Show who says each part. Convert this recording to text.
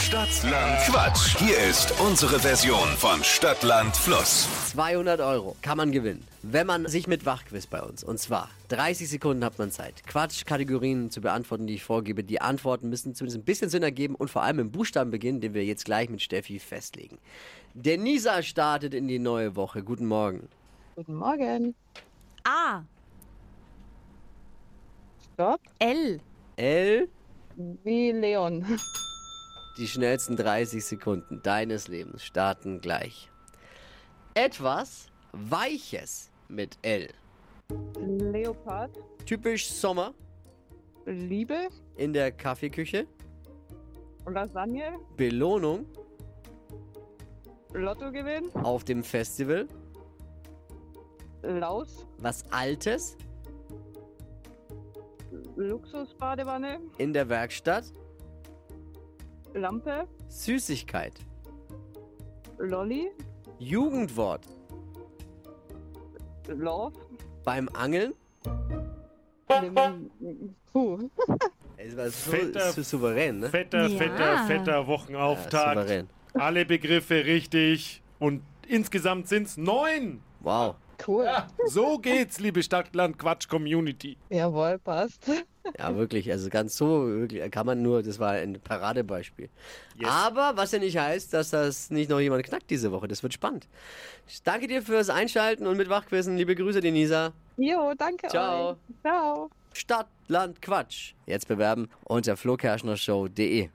Speaker 1: Stadtland Quatsch. Hier ist unsere Version von Stadtland Fluss.
Speaker 2: 200 Euro kann man gewinnen, wenn man sich mit Wachquiz bei uns. Und zwar 30 Sekunden hat man Zeit, Quatschkategorien zu beantworten, die ich vorgebe. Die Antworten müssen zumindest ein bisschen Sinn ergeben und vor allem im Buchstaben beginnen, den wir jetzt gleich mit Steffi festlegen. Der Nisa startet in die neue Woche. Guten Morgen.
Speaker 3: Guten Morgen.
Speaker 4: A.
Speaker 3: Stopp.
Speaker 4: L.
Speaker 2: L,
Speaker 3: Wie Leon.
Speaker 2: die schnellsten 30 Sekunden deines Lebens starten gleich. Etwas Weiches mit L.
Speaker 3: Leopard.
Speaker 2: Typisch Sommer
Speaker 3: Liebe.
Speaker 2: in der Kaffeeküche.
Speaker 3: Lasagne.
Speaker 2: Belohnung
Speaker 3: Lottogewinn.
Speaker 2: auf dem Festival.
Speaker 3: Laus.
Speaker 2: Was Altes
Speaker 3: Luxusbadewanne.
Speaker 2: in der Werkstatt.
Speaker 3: Lampe.
Speaker 2: Süßigkeit.
Speaker 3: Lolli.
Speaker 2: Jugendwort.
Speaker 3: Love.
Speaker 2: Beim Angeln.
Speaker 3: Lim- Puh.
Speaker 2: Es war so,
Speaker 5: Fetter-
Speaker 2: so souverän, ne?
Speaker 5: Fetter,
Speaker 4: Ja.
Speaker 5: fetter, fetter
Speaker 2: Ja,
Speaker 5: Wochenauftakt.
Speaker 2: souverän.
Speaker 5: Alle Begriffe richtig. Und insgesamt sind's neun.
Speaker 2: Wow.
Speaker 3: Cool.
Speaker 5: So geht's, liebe Stadtland-Quatsch-Community.
Speaker 3: Jawohl, passt.
Speaker 2: Ja, wirklich. Also ganz so wirklich, kann man nur. Das war ein Paradebeispiel. Aber was ja nicht heißt, dass das nicht noch jemand knackt diese Woche. Das wird spannend. Ich danke dir fürs Einschalten und mit Wachquissen. Liebe Grüße, Denisa.
Speaker 3: Jo, danke
Speaker 2: Ciao.
Speaker 3: euch. Ciao.
Speaker 2: Stadt, Land, Quatsch. Jetzt bewerben unter flokerschnershow.de.